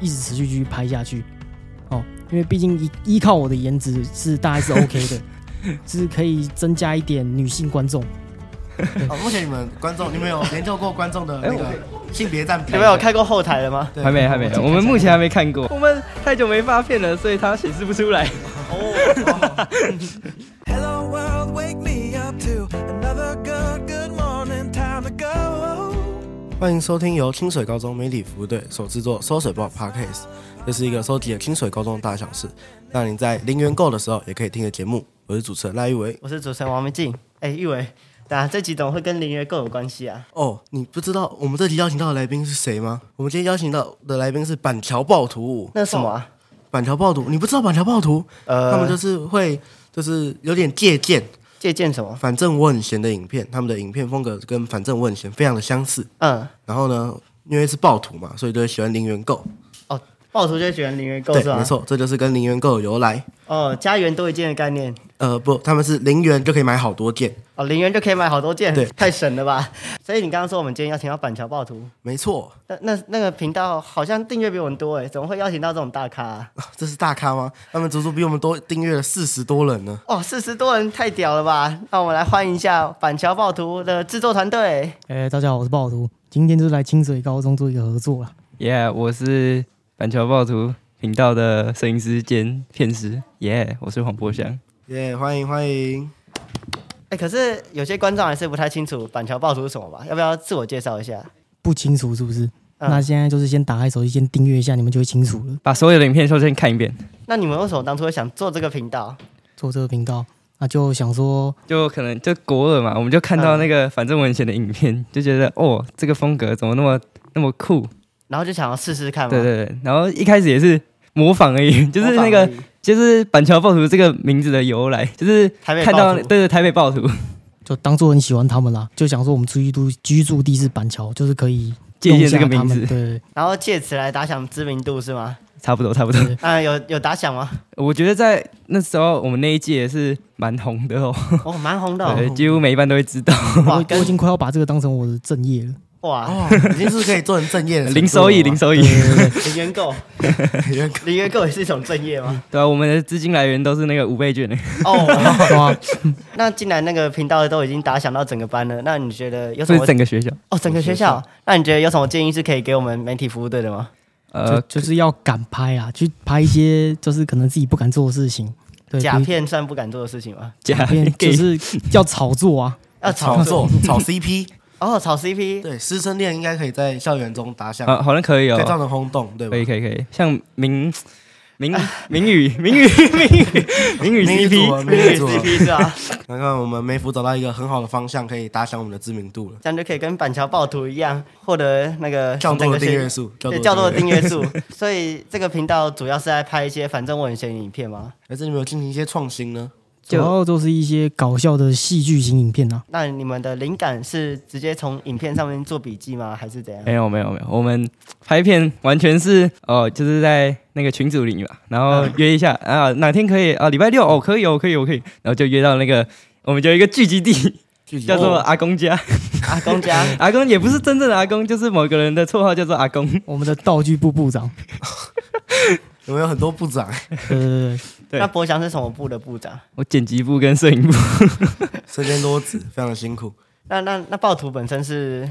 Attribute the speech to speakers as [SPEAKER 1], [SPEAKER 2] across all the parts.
[SPEAKER 1] 一直持续继续拍下去哦，因为毕竟依依靠我的颜值是大 概是 OK 的，是可以增加一点女性观众。
[SPEAKER 2] 哦，目前你们观众，你们有研究过观众的那个性别占比？
[SPEAKER 3] 哎你们有看过后台了吗？
[SPEAKER 2] 对
[SPEAKER 4] 还没还没，我们目前还没看过，我们太久没发片了，所以它显示不出来。
[SPEAKER 2] 哦
[SPEAKER 5] Hello world, wake me up to another good, good morning, time to go.
[SPEAKER 2] 欢迎收听由清水高中媒体服务队所制作《收水报》Podcast，这是一个收集了清水高中大小事，让你在零元购的时候也可以听的节目。我是主持人赖玉维。
[SPEAKER 3] 我是主持人王明静。哎，玉伟，那这集怎么会跟林月更有关系啊？
[SPEAKER 2] 哦，你不知道我们这集邀请到的来宾是谁吗？我们今天邀请到的来宾是板桥暴徒。
[SPEAKER 3] 那是什么、啊？
[SPEAKER 2] 板桥暴徒，你不知道板桥暴徒？
[SPEAKER 3] 呃
[SPEAKER 2] 他们就是会，就是有点借鉴。
[SPEAKER 3] 借鉴什么？
[SPEAKER 2] 反正我很闲的影片，他们的影片风格跟反正我很闲非常的相似。
[SPEAKER 3] 嗯，
[SPEAKER 2] 然后呢，因为是暴徒嘛，所以就会喜欢零元购。
[SPEAKER 3] 哦，暴徒就喜欢林月够
[SPEAKER 2] 对
[SPEAKER 3] 是，啊吧？
[SPEAKER 2] 没。错，这就是跟零元购的由来。
[SPEAKER 3] 哦，家园多一件的概念。
[SPEAKER 2] 呃，不，他们是零元就可以买好多件，
[SPEAKER 3] 哦，零元就可以买好多件，
[SPEAKER 2] 对
[SPEAKER 3] 太神了吧！ 所以你刚刚说我们今天邀请到板桥暴徒，
[SPEAKER 2] 没错、
[SPEAKER 3] 那那那个频道好像订阅比我们多哎，怎么会邀请到这种大咖 啊、
[SPEAKER 2] 啊这是大咖吗？他们足足比我们多订阅了四十多人呢。
[SPEAKER 3] 哦，四十多人太屌了吧！那我们来欢迎一下板桥暴徒的制作团队。
[SPEAKER 1] 哎、大家好，我是暴徒，今天就是来清水高中做一个合作啦。
[SPEAKER 4] Yeah，我是板桥暴徒频道的摄影师兼片师。Yeah，我是黄博翔。
[SPEAKER 2] 耶、欢迎欢迎！
[SPEAKER 3] 哎，可是有些观众还是不太清楚板桥暴徒是什么吧？要不要自我介绍一下？
[SPEAKER 1] 不清楚是不是？
[SPEAKER 3] 嗯
[SPEAKER 1] 那现在就是先打开手机，先订阅一下，你们就会清楚了。
[SPEAKER 4] 把所有的影片都先看一遍，
[SPEAKER 3] 那你们为什么当初会想做这个频道？
[SPEAKER 1] 做这个频道，那就想说，
[SPEAKER 4] 就可能就国二嘛，我们就看到那个反正我很闲的影片，就觉得哦，这个风格怎么那么那么酷？
[SPEAKER 3] 然后就想要试试看嘛。
[SPEAKER 4] 对对对，然后一开始也是模仿而已，就是那
[SPEAKER 3] 模
[SPEAKER 4] 个
[SPEAKER 3] 仿而已
[SPEAKER 4] 就是板桥暴徒这个名字的由来，就是
[SPEAKER 3] 台北
[SPEAKER 4] 看
[SPEAKER 3] 暴
[SPEAKER 4] 到
[SPEAKER 3] 徒
[SPEAKER 4] 对对台北暴徒
[SPEAKER 1] 就当做很喜欢他们啦，就想说我们居住居住地是板桥，就是可以
[SPEAKER 4] 借
[SPEAKER 1] 用一
[SPEAKER 4] 鉴
[SPEAKER 1] 下
[SPEAKER 4] 这个
[SPEAKER 1] 他
[SPEAKER 4] 名
[SPEAKER 1] 们
[SPEAKER 4] 字，
[SPEAKER 1] 对，
[SPEAKER 3] 然后借此来打响知名度是吗？
[SPEAKER 4] 差不多差不多。
[SPEAKER 3] 啊、有有打 响吗？
[SPEAKER 4] 我觉得在那时候我们那一届是蛮红的哦，
[SPEAKER 3] 哦，蛮红的、哦，
[SPEAKER 4] 对，几乎每一班都会知道，
[SPEAKER 3] 哇，
[SPEAKER 1] 我我已
[SPEAKER 3] 跟
[SPEAKER 1] 经快要把这个当成我的正业了。
[SPEAKER 3] 哇，
[SPEAKER 2] 哦，已经是可以做成正业的程度了吗，哦
[SPEAKER 4] 零收益零收益。
[SPEAKER 3] 零 元购，
[SPEAKER 2] 零 元购
[SPEAKER 3] 零元购也是一种正业吗？
[SPEAKER 4] 对啊，我们的资金来源都是那个五倍券的。
[SPEAKER 3] 哦，
[SPEAKER 1] 对啊，
[SPEAKER 3] 那进来那个频道都已经打响到整个班了，那你觉得有什
[SPEAKER 4] 所以
[SPEAKER 3] 么？
[SPEAKER 4] 整个学校，
[SPEAKER 3] 哦，整个学校，那你觉得有什么建议是可以给我们媒体服务队的吗？
[SPEAKER 4] 呃，
[SPEAKER 1] 就就是要敢拍啊，去拍一些就是可能自己不敢做的事情。对，
[SPEAKER 3] 甲
[SPEAKER 1] 比如
[SPEAKER 3] 片算不敢做的事情吗？
[SPEAKER 4] 假
[SPEAKER 1] 片就
[SPEAKER 4] 给
[SPEAKER 1] 是要炒作啊，
[SPEAKER 3] 要
[SPEAKER 2] 炒
[SPEAKER 3] 炒
[SPEAKER 2] 作炒 CP，
[SPEAKER 3] 哦，炒 CP，
[SPEAKER 2] 对，师生恋应该可以在校园中打响，
[SPEAKER 4] 啊，好像可以
[SPEAKER 2] 可以造
[SPEAKER 4] 哦，
[SPEAKER 2] 成轰动，对吧
[SPEAKER 4] 可？以可以可以，像明明明宇明宇 明宇明
[SPEAKER 2] 明宇
[SPEAKER 4] 宇
[SPEAKER 2] 组合
[SPEAKER 4] CP，
[SPEAKER 2] 明宇组合
[SPEAKER 3] CP 是吧？
[SPEAKER 2] 刚刚我们梅福找到一个很好的方向，可以打响我们的知名 度了。
[SPEAKER 3] 这样就可以跟板桥暴徒一样获得那个
[SPEAKER 2] 较多的
[SPEAKER 3] 整个
[SPEAKER 2] 订阅
[SPEAKER 3] 学
[SPEAKER 2] 数，
[SPEAKER 3] 对，较多的订
[SPEAKER 2] 阅。
[SPEAKER 3] 阅数。 所以这个频道主要是在拍一些反正我很闲的影片吗？
[SPEAKER 2] 还是你们有进行一些创新呢？
[SPEAKER 1] 主要都是一些搞笑的戏剧型影片啊。
[SPEAKER 3] 那你们的灵感是直接从影片上面做笔记吗？还是怎样？
[SPEAKER 4] 没有没有没有，我们拍片完全是哦，就是在那个群组里嘛，然后约一下啊，哪天可以啊？礼拜六哦，可以哦，可以哦，可以，然后就约到那个。我们就有一个聚集地，
[SPEAKER 2] 具体
[SPEAKER 4] 叫做
[SPEAKER 2] 哦
[SPEAKER 4] 阿公家。
[SPEAKER 3] 阿啊公家
[SPEAKER 4] 阿公也不是真正的阿公，就是某个人的绰号叫做阿公。
[SPEAKER 1] 我们的道具部部长，
[SPEAKER 2] 有没有很多部长？
[SPEAKER 1] 对对对，
[SPEAKER 4] 对
[SPEAKER 3] 那博翔是什么部的部长？
[SPEAKER 4] 我剪辑部跟摄影部，
[SPEAKER 2] 身兼多职，非常的辛苦。
[SPEAKER 3] 那那那暴徒本身是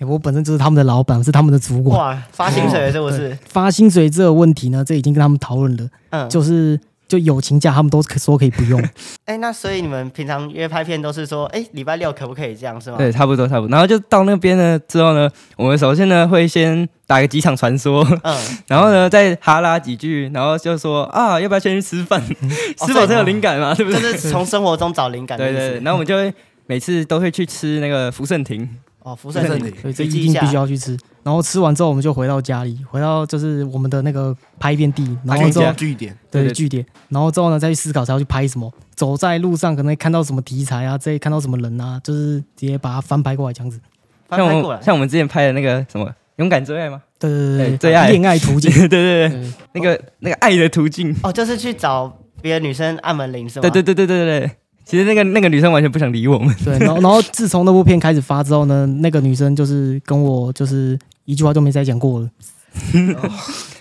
[SPEAKER 1] 诶哎我本身就是他们的老板，是他们的主管。
[SPEAKER 3] 哇发薪水的是不是？
[SPEAKER 1] 发薪水这个问题呢，这已经跟他们讨论了，
[SPEAKER 3] 嗯，
[SPEAKER 1] 就是就友情价他们都可说可以不用，
[SPEAKER 3] 哎、那所以你们平常约拍片都是说，哎、礼拜六可不可以这样是吗？
[SPEAKER 4] 对，差不多差不多。然后就到那边呢之后呢，我们首先呢会先打个几场传说，
[SPEAKER 3] 嗯，
[SPEAKER 4] 然后呢再哈拉几句，然后就说啊，要不要先去吃 饭？ 吃饱才有灵感嘛，对不
[SPEAKER 3] 就
[SPEAKER 4] 对？
[SPEAKER 3] 哦是从生活中找灵感的
[SPEAKER 4] 对
[SPEAKER 3] 意思。
[SPEAKER 4] 对对。然后我们就会每次都会去吃那个福盛亭，
[SPEAKER 3] 哦，福
[SPEAKER 2] 在
[SPEAKER 3] 盛
[SPEAKER 2] 这
[SPEAKER 3] 庭
[SPEAKER 2] 里，
[SPEAKER 1] 所以这
[SPEAKER 3] 笔记
[SPEAKER 1] 一
[SPEAKER 3] 一
[SPEAKER 1] 定
[SPEAKER 3] 下
[SPEAKER 1] 必须要去吃。然后吃完之后，我们就回到家里，回到就是我们的那个拍片地，然后
[SPEAKER 2] 据
[SPEAKER 1] 之后
[SPEAKER 2] 点，据点，
[SPEAKER 4] 对
[SPEAKER 1] 对
[SPEAKER 4] 对
[SPEAKER 1] 据点，然后之后呢再去思考才要去拍什么。走在路上可能会看到什么题材啊，这看到什么人啊，就是直接把它翻拍过来这样子。
[SPEAKER 3] 翻
[SPEAKER 4] 像
[SPEAKER 3] 拍
[SPEAKER 4] 我
[SPEAKER 3] 过
[SPEAKER 4] 们
[SPEAKER 3] 来。
[SPEAKER 4] 像我们之前拍的那个什么《勇敢追爱》 吗？
[SPEAKER 1] 对对
[SPEAKER 4] 对
[SPEAKER 1] 对
[SPEAKER 4] 哎最爱
[SPEAKER 1] 恋爱途 径。
[SPEAKER 4] 对对对对，
[SPEAKER 1] 对
[SPEAKER 4] 那个 那个爱的途径。
[SPEAKER 3] 哦，就是去找别的女生按门铃是吗？
[SPEAKER 4] 对对对对对对对。其实那个那个女生完全不想理我们，
[SPEAKER 1] 对，然后然后自从那部片开始发之后呢，那个女生就是跟我就是一句话都没再讲过了。
[SPEAKER 4] 他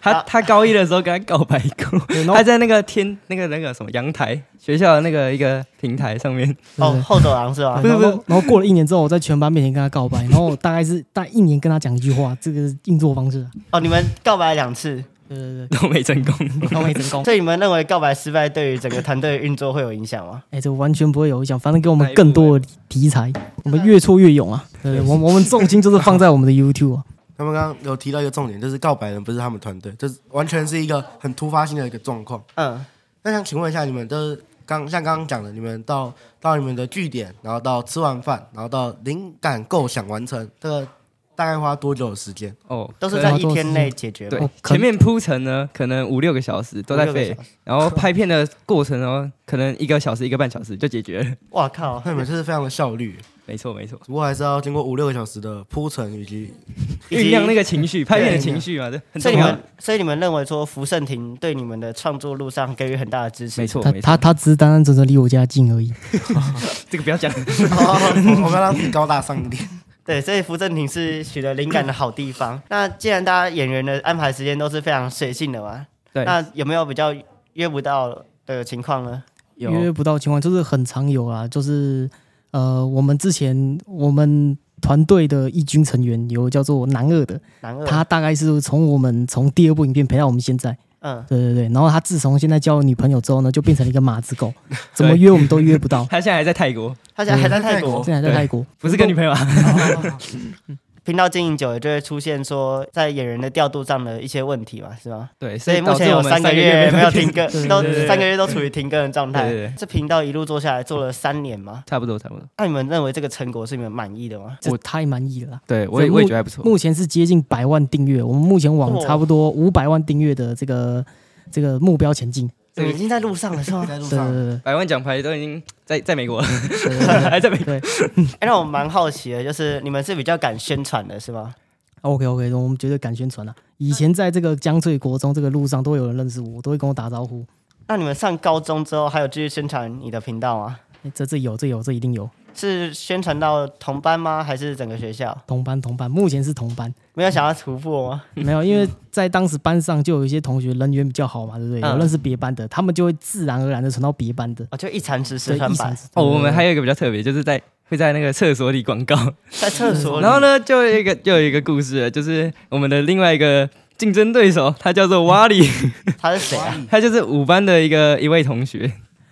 [SPEAKER 3] 好
[SPEAKER 4] 他高一的时候跟他告白过，
[SPEAKER 1] 对然后
[SPEAKER 4] 他在那个天那个那个什么阳台学校的那个一个平台上面，
[SPEAKER 1] 对
[SPEAKER 3] 哦，后走廊是吧？
[SPEAKER 1] 对然
[SPEAKER 4] 不是
[SPEAKER 1] 后然后过了一年之后，我在全班面前跟他告白，然后我大概是大概一年跟他讲一句话，这个是运作方式啊。
[SPEAKER 3] 哦，你们告白两次，
[SPEAKER 1] 对 对
[SPEAKER 4] 都没成功。
[SPEAKER 1] 对，都没成
[SPEAKER 4] 哦
[SPEAKER 1] 功。
[SPEAKER 3] 所以你们认为告白失败对于整个团队运作会有影响吗？
[SPEAKER 1] 哎，这完全不会有影响，反正给我们更多的题材，我们越挫越勇啊。对，我们 我们重心就是放在我们的 YouTube 啊。
[SPEAKER 2] 他们刚刚有提到一个重点，就是告白人不是他们团队，这是完全是一个很突发性的一个状况。
[SPEAKER 3] 嗯，
[SPEAKER 2] 那想请问一下，你们就是刚像刚刚讲的，你们到到你们的据点，然后到吃完饭，然后到灵感构想完成，这个大概花多久的时间？
[SPEAKER 4] 哦，
[SPEAKER 3] 都是
[SPEAKER 4] 可
[SPEAKER 1] 对
[SPEAKER 3] 在
[SPEAKER 1] 啊
[SPEAKER 3] 一天内解决
[SPEAKER 4] 对
[SPEAKER 3] 吗？
[SPEAKER 1] 哦可
[SPEAKER 4] 前面铺陈呢，可能五六个小时都在
[SPEAKER 3] 五六
[SPEAKER 4] 废
[SPEAKER 3] 个小，
[SPEAKER 4] 然后拍片的过程哦，可能一个小时一个半小时就解决了。
[SPEAKER 3] 哇靠！
[SPEAKER 2] 那你们就是非常的效率，
[SPEAKER 4] 没错没错，
[SPEAKER 2] 不过还是要经过五六个小时的铺陈以及
[SPEAKER 3] 以及
[SPEAKER 4] 酝酿那个情绪，拍片的
[SPEAKER 2] 对
[SPEAKER 4] 情绪嘛，这很
[SPEAKER 3] 所
[SPEAKER 4] 重
[SPEAKER 3] 以你
[SPEAKER 4] 要
[SPEAKER 3] 们。，所以你们认为说福盛庭对你们的创作路上给予很大的支持？
[SPEAKER 4] 没错
[SPEAKER 1] 他
[SPEAKER 4] 没
[SPEAKER 1] 他
[SPEAKER 4] 错，
[SPEAKER 1] 他只是单单纯纯离我家近而已。
[SPEAKER 4] 这个不要 讲。
[SPEAKER 2] 我我们要让自己高大上一点。
[SPEAKER 3] 对，所以福正庭是取得灵感的好地 方。那既然大家演员的安排时间都是非常随性的嘛，
[SPEAKER 4] 对，
[SPEAKER 3] 那有没有比较约不到的情况呢？
[SPEAKER 1] 约不到情况，就是很常有啊，就是呃，我们之前我们团队的义军成员有叫做男二的，
[SPEAKER 3] 男二，
[SPEAKER 1] 他大概是从我们从第二部影片陪到我们现在，
[SPEAKER 3] 嗯，
[SPEAKER 1] 对对对，然后他自从现在交了女朋友之后呢，就变成了一个马子狗， 怎么约我们都约不到，
[SPEAKER 4] 他现在还在泰国，
[SPEAKER 3] 他现在还在
[SPEAKER 2] 嗯
[SPEAKER 3] 泰国，
[SPEAKER 1] 现在在泰国，
[SPEAKER 4] 不是跟女朋友 啊。
[SPEAKER 3] 频道经营久了就会出现说在演员的调度上的一些问题嘛，是吗？
[SPEAKER 4] 对，所
[SPEAKER 3] 所以
[SPEAKER 4] 以
[SPEAKER 3] 目
[SPEAKER 4] 导致
[SPEAKER 3] 前有
[SPEAKER 4] 我们
[SPEAKER 3] 三个
[SPEAKER 4] 月
[SPEAKER 3] 月没有停
[SPEAKER 4] 片
[SPEAKER 3] 更，都三个月都处于停更的状
[SPEAKER 4] 对对
[SPEAKER 3] 态
[SPEAKER 4] 对。
[SPEAKER 3] 这频道一路做下来，做了三年嘛，
[SPEAKER 4] 差不多差不多。
[SPEAKER 3] 那你们认为这个成果是你们满意的吗？
[SPEAKER 1] 我太满意了啦。
[SPEAKER 4] 对我也
[SPEAKER 1] 目
[SPEAKER 4] 我也觉得还不错。
[SPEAKER 1] 目前是接近百万订阅，我们目前往
[SPEAKER 3] 哦
[SPEAKER 1] 差不多五百万订阅的这个这个目标前进。
[SPEAKER 3] 你们已经在路上了是吗？
[SPEAKER 2] 在路
[SPEAKER 1] 对对
[SPEAKER 2] 上，
[SPEAKER 1] 对
[SPEAKER 4] 百万奖牌都已经在在美国了，
[SPEAKER 1] 对对啊对
[SPEAKER 4] 还在美国。
[SPEAKER 1] 对
[SPEAKER 3] 哎，那我蛮好奇的，就是你们是比较敢宣传的是吗？
[SPEAKER 1] ，OK OK，我们绝对敢宣传啊！以前在这个江翠国中这个路上，都会有人认识我，都会跟我打招呼。
[SPEAKER 3] 那你们上高中之后还有继续宣传你的频道吗？
[SPEAKER 1] 诶哎这这有这有这一定有
[SPEAKER 3] 是宣传到同班吗？还是整个学校？
[SPEAKER 1] 同班同班，目前是同班，
[SPEAKER 3] 没有想要突破吗？
[SPEAKER 1] 没有，因为在当时班上就有一些同学人缘比较好嘛，对不对？
[SPEAKER 3] 嗯
[SPEAKER 1] 有认识别班的，他们就会自然而然的传到别班的。
[SPEAKER 3] 哦，就一传十，十
[SPEAKER 1] 对
[SPEAKER 3] 传
[SPEAKER 1] 一
[SPEAKER 3] 百
[SPEAKER 1] 闪，
[SPEAKER 4] 哦，我们还有一个比较特别，就是在会在那个厕所里广告。
[SPEAKER 3] 在厕所里
[SPEAKER 4] 然。后呢，就有一个就有一个故事了，就是我们的另外一个竞争对手，他叫做瓦里，
[SPEAKER 3] 他是谁啊？
[SPEAKER 4] 他就是五班的一个一位同学。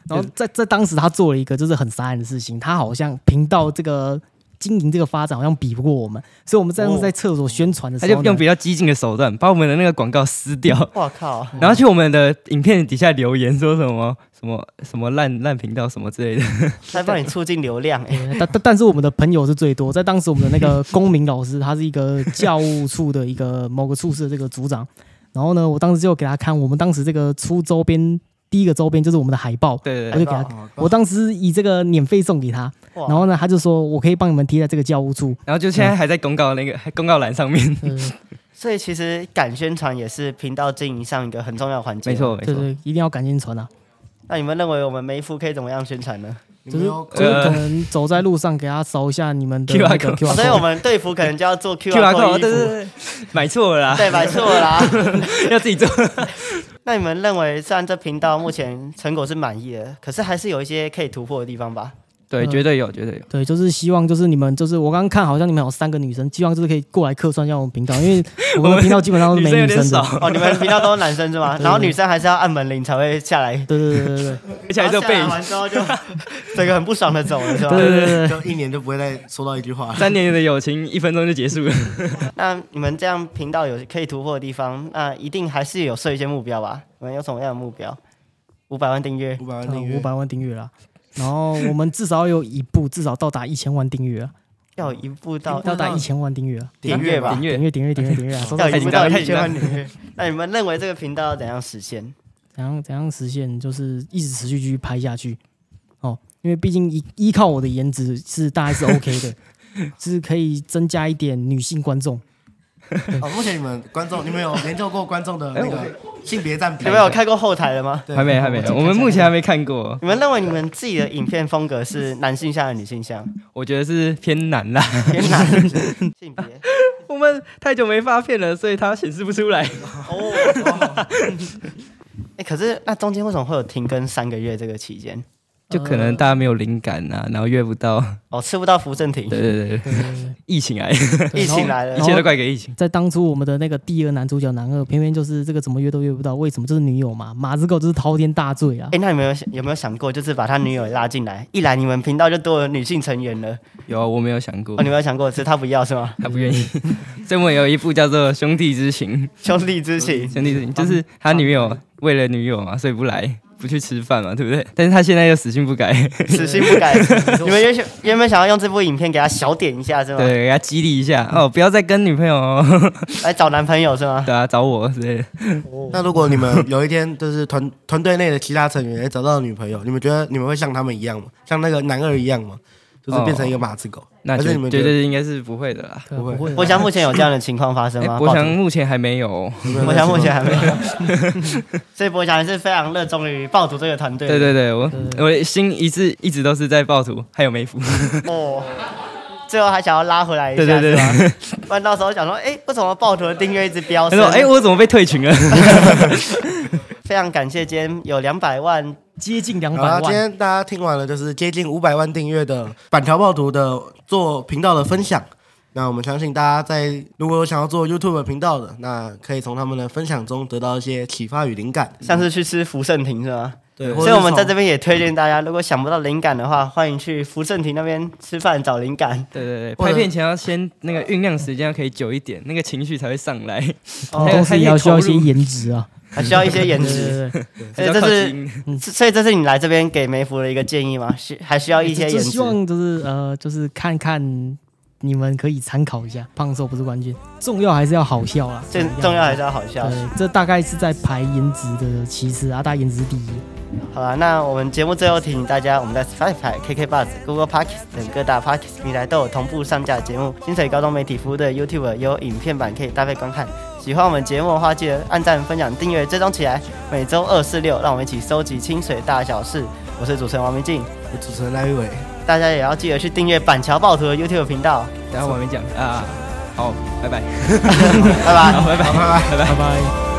[SPEAKER 1] 然
[SPEAKER 4] 嗯
[SPEAKER 1] 后在在当时他做了一个就是很傻眼的事情，他好像频道这个经营这个发展好像比不过我们，所以我们在
[SPEAKER 3] 哦
[SPEAKER 1] 在厕所宣传的时
[SPEAKER 4] 他
[SPEAKER 1] 候呢，
[SPEAKER 4] 就用比较激进的嗯手段把我们的那个广告撕掉，
[SPEAKER 3] 我靠！
[SPEAKER 4] 然后去我们的影片底下留言说什么什么什么烂烂频道什么之类的。
[SPEAKER 3] 在帮你促进流量哎。
[SPEAKER 1] 对但但但是我们的朋友是最多，在当时我们的那个公民老师，他是一个教务处的一个某个处室的这个组长。然后呢，我当时就给他看，我们当时这个出周边第一个周边就是我们的海报，
[SPEAKER 4] 对对
[SPEAKER 1] 我
[SPEAKER 4] 对
[SPEAKER 1] 就给他，
[SPEAKER 2] 哦
[SPEAKER 1] 我当时以这个免费送给他。
[SPEAKER 3] 哇
[SPEAKER 1] 然后呢，他就说我可以帮你们贴在这个教务处。
[SPEAKER 4] 然后就现在还在公告那个公告栏上面。
[SPEAKER 1] 呃，
[SPEAKER 3] 所以其实敢宣传也是频道经营上一个很重要的环 节。
[SPEAKER 4] 没。错没
[SPEAKER 1] 对
[SPEAKER 4] 错，
[SPEAKER 1] 对，一定要赶紧传啊！
[SPEAKER 3] 那你们认为我们每一副可以怎么样宣传呢？
[SPEAKER 2] 你们有
[SPEAKER 1] 就是
[SPEAKER 4] 呃
[SPEAKER 1] 可能走在路上给他扫一下你们的
[SPEAKER 4] QR
[SPEAKER 1] 那个 QR
[SPEAKER 3] 哦所以
[SPEAKER 1] code
[SPEAKER 3] 我们队服可能就 要做
[SPEAKER 1] 啊
[SPEAKER 4] QR
[SPEAKER 3] QR
[SPEAKER 4] code，
[SPEAKER 3] code
[SPEAKER 4] 对对
[SPEAKER 3] 衣服。
[SPEAKER 4] 对，买错了啦，
[SPEAKER 3] 对，买错了啦。
[SPEAKER 4] 要自己做。
[SPEAKER 3] 那你们认为，虽然这频道目前成果是满意的，可是还是有一些可以突破的地方 吧？
[SPEAKER 4] 对，
[SPEAKER 1] 嗯
[SPEAKER 4] 绝对有，绝对有。
[SPEAKER 1] 对，就是希望就是你们就是我刚刚看好像你们有三个女生，希望就是可以过来客串一下我们频道，因为我们频道基本上都是
[SPEAKER 4] 女
[SPEAKER 1] 没
[SPEAKER 4] 生有
[SPEAKER 1] 女
[SPEAKER 4] 点
[SPEAKER 1] 生的。
[SPEAKER 4] 少，
[SPEAKER 3] 哦，你们频道都是男生是吗？
[SPEAKER 1] 对
[SPEAKER 3] 然后女生还是要按门铃才会下来，
[SPEAKER 1] 对对对对对
[SPEAKER 4] 而且还是有背
[SPEAKER 3] 然
[SPEAKER 4] 影
[SPEAKER 3] 后下来。 完 之后就整个很不爽的走了是吧？
[SPEAKER 1] 对对对对，
[SPEAKER 2] 就一年就不会再说到一句话了。
[SPEAKER 4] 三年的友情，一分钟就结束了。
[SPEAKER 3] 那你们这样频道有可以突破的地方，那一定还是有设一些目标吧？你们有什么样的目标？五百万订 阅
[SPEAKER 2] 五百万订
[SPEAKER 1] 五
[SPEAKER 2] 阅，
[SPEAKER 1] 百万订阅啦。然后我们至少有一部至少到达一千万订阅啊，
[SPEAKER 3] 要有一步到
[SPEAKER 1] 要达一千万订阅啊，
[SPEAKER 2] 点阅吧
[SPEAKER 4] 点，
[SPEAKER 1] 订
[SPEAKER 4] 阅
[SPEAKER 1] 阅订阅订阅订阅啊，收到
[SPEAKER 3] 要
[SPEAKER 1] 怎
[SPEAKER 3] 有一
[SPEAKER 4] 紧
[SPEAKER 3] 步
[SPEAKER 4] 张
[SPEAKER 3] 到
[SPEAKER 4] 了
[SPEAKER 3] 一
[SPEAKER 4] 太紧
[SPEAKER 3] 千
[SPEAKER 4] 张
[SPEAKER 3] 万订阅。那你们认为这个频道要怎样实现？
[SPEAKER 1] 样怎样实现，就是一直持续继续拍下去哦，因为毕竟依依靠我的颜值是大概是 OK 的，是可以增加一点女性观众。
[SPEAKER 2] 哦，目前你们观众，你们有研究过观众的那个性别占比？
[SPEAKER 3] 你哎们有看过后台了吗？
[SPEAKER 2] 对
[SPEAKER 4] 还没，还啊没，我们目前还没看过。
[SPEAKER 3] 你们认为你们自己的影片风格是男性向还是女性向？
[SPEAKER 4] 我觉得是偏难啦。
[SPEAKER 3] 偏男性别？
[SPEAKER 4] 我们太久没发片了，所以它显示不出来。
[SPEAKER 3] 哦哎，可是那中间为什么会有停更三个月这个期间？
[SPEAKER 4] 就可能大家没有灵感啊，然后约不到。
[SPEAKER 3] 哦，吃不到扶正
[SPEAKER 4] 对
[SPEAKER 3] 停，
[SPEAKER 4] 对对，
[SPEAKER 1] 对对对
[SPEAKER 4] 疫情啊，
[SPEAKER 1] 对
[SPEAKER 3] 疫情
[SPEAKER 1] 然后
[SPEAKER 3] 来 了
[SPEAKER 4] 一，切都怪给疫情。
[SPEAKER 1] 在当初我们的那个第二男主角男二，偏偏就是这个怎么约都约不到，为什么？就是女友嘛，马子狗就是滔天大罪啊
[SPEAKER 3] 哎、。那你们有想有没有想过，就是把他女友也拉进来？一来你们频道就多了女性成员了。
[SPEAKER 4] 有啊，我没有想过
[SPEAKER 3] 哦，你，们有想过，只是他不要是 吗？
[SPEAKER 4] 他不愿意。所以我们有一部叫做《兄弟之情
[SPEAKER 3] 兄弟之》，情，
[SPEAKER 4] 兄弟之情就是他女友为了女友嘛，所以不来，不去吃饭嘛，对不对？但是他现在又死性不改，
[SPEAKER 3] 死性不改。你们原想原本想要用这部影片给他小点一下是 吗？
[SPEAKER 4] 对，给他激励一下哦，不要再跟女朋友 哦，
[SPEAKER 3] 来哎找男朋友是吗？
[SPEAKER 4] 对啊，找我之类的。
[SPEAKER 2] 那如果你们有一天就是团团队内的其他成员也找到女朋友，你们觉得你们会像他们一样吗？像那个男二一样吗？就是变成一个马子狗？
[SPEAKER 4] 那
[SPEAKER 2] 还
[SPEAKER 4] 绝
[SPEAKER 2] 是你们
[SPEAKER 4] 绝
[SPEAKER 2] 觉得
[SPEAKER 4] 对应该是不会的啦。
[SPEAKER 1] 对
[SPEAKER 2] 不会
[SPEAKER 1] 不会啊，
[SPEAKER 3] 博翔目前有这样的情况发生
[SPEAKER 4] 哎
[SPEAKER 3] 吗？，
[SPEAKER 4] 博翔
[SPEAKER 3] 报
[SPEAKER 4] 目前还没有。
[SPEAKER 2] 有没
[SPEAKER 3] 纸，
[SPEAKER 2] 有
[SPEAKER 3] 博翔目前还没有， 所以博翔还是非常热衷于爆竹这个团队。
[SPEAKER 4] 对对对，我
[SPEAKER 1] 对
[SPEAKER 4] 我的心一直一直都是在暴徒，还有梅芙。
[SPEAKER 3] 哦，最后还想要拉回来一下，
[SPEAKER 4] 对对对
[SPEAKER 2] 啊哦
[SPEAKER 3] 是吧？不然到时候想说，哎、为什么暴徒的订阅一直飙
[SPEAKER 4] 他
[SPEAKER 3] 升？
[SPEAKER 4] 说：“
[SPEAKER 2] 啊
[SPEAKER 4] 哎、我怎么被退群 了。
[SPEAKER 3] 非常感谢今天有两百万
[SPEAKER 1] 接近两
[SPEAKER 2] 好啦
[SPEAKER 3] 啊
[SPEAKER 1] 百
[SPEAKER 2] 今
[SPEAKER 1] 万，
[SPEAKER 2] 天大家听完了，就是接近五百万订阅的板桥暴徒的做频道的分享。那我们相信大家在如果有想要做 YouTube 频道的，那可以从他们的分享中得到一些启发与灵感。
[SPEAKER 3] 上次去吃福盛亭是吗？
[SPEAKER 2] 对，
[SPEAKER 3] 所以我们在这边也推荐大家，如果想不到灵感的话，欢迎去福盛亭那边吃饭找灵感？”
[SPEAKER 4] 对对对，
[SPEAKER 2] 或者
[SPEAKER 4] 拍片前要先那个酝酿时间要可以久一点，那个情绪才会上来，
[SPEAKER 2] 哎
[SPEAKER 1] 同同时也哦要需要一些颜值啊。
[SPEAKER 3] 还需要一些 颜
[SPEAKER 1] 对
[SPEAKER 3] 值，
[SPEAKER 1] 对对，
[SPEAKER 4] 还
[SPEAKER 3] 所以
[SPEAKER 4] 要
[SPEAKER 3] 这
[SPEAKER 4] 靠
[SPEAKER 3] 是
[SPEAKER 4] 近。
[SPEAKER 3] 所以这是你来这边给梅福的一个建议吗？需还需要一些
[SPEAKER 1] 就
[SPEAKER 3] 颜
[SPEAKER 1] 就希
[SPEAKER 3] 值。
[SPEAKER 1] 望就是呃，就是看看你们可以参考一下，胖瘦不是关键，重要还是要好笑啦。
[SPEAKER 3] 最重要还是要好笑。
[SPEAKER 1] 对，这大概是在排颜值的其次啊，大家颜值第一。
[SPEAKER 3] 好了，那我们节目最后提醒大家，我们在 Spotify、KK Buzz、Google Podcast 等各大 Podcast 平台都有同步上架节目。清水高中媒体服务的 YouTube 有影片版可以搭配观看。喜欢我们节目的话，记得按赞、分享、订阅、追踪起来。每周二、四、六，让我们一起收集清水大小事。我是主持人王明静，
[SPEAKER 2] 我主持人赖玉伟，
[SPEAKER 3] 大家也要记得去订阅板桥暴徒的 YouTube 频道。
[SPEAKER 4] 然后我们讲啊，好，拜拜，
[SPEAKER 3] 拜拜。
[SPEAKER 4] 好，拜拜，
[SPEAKER 2] 拜拜。
[SPEAKER 4] 拜拜。
[SPEAKER 1] 拜拜。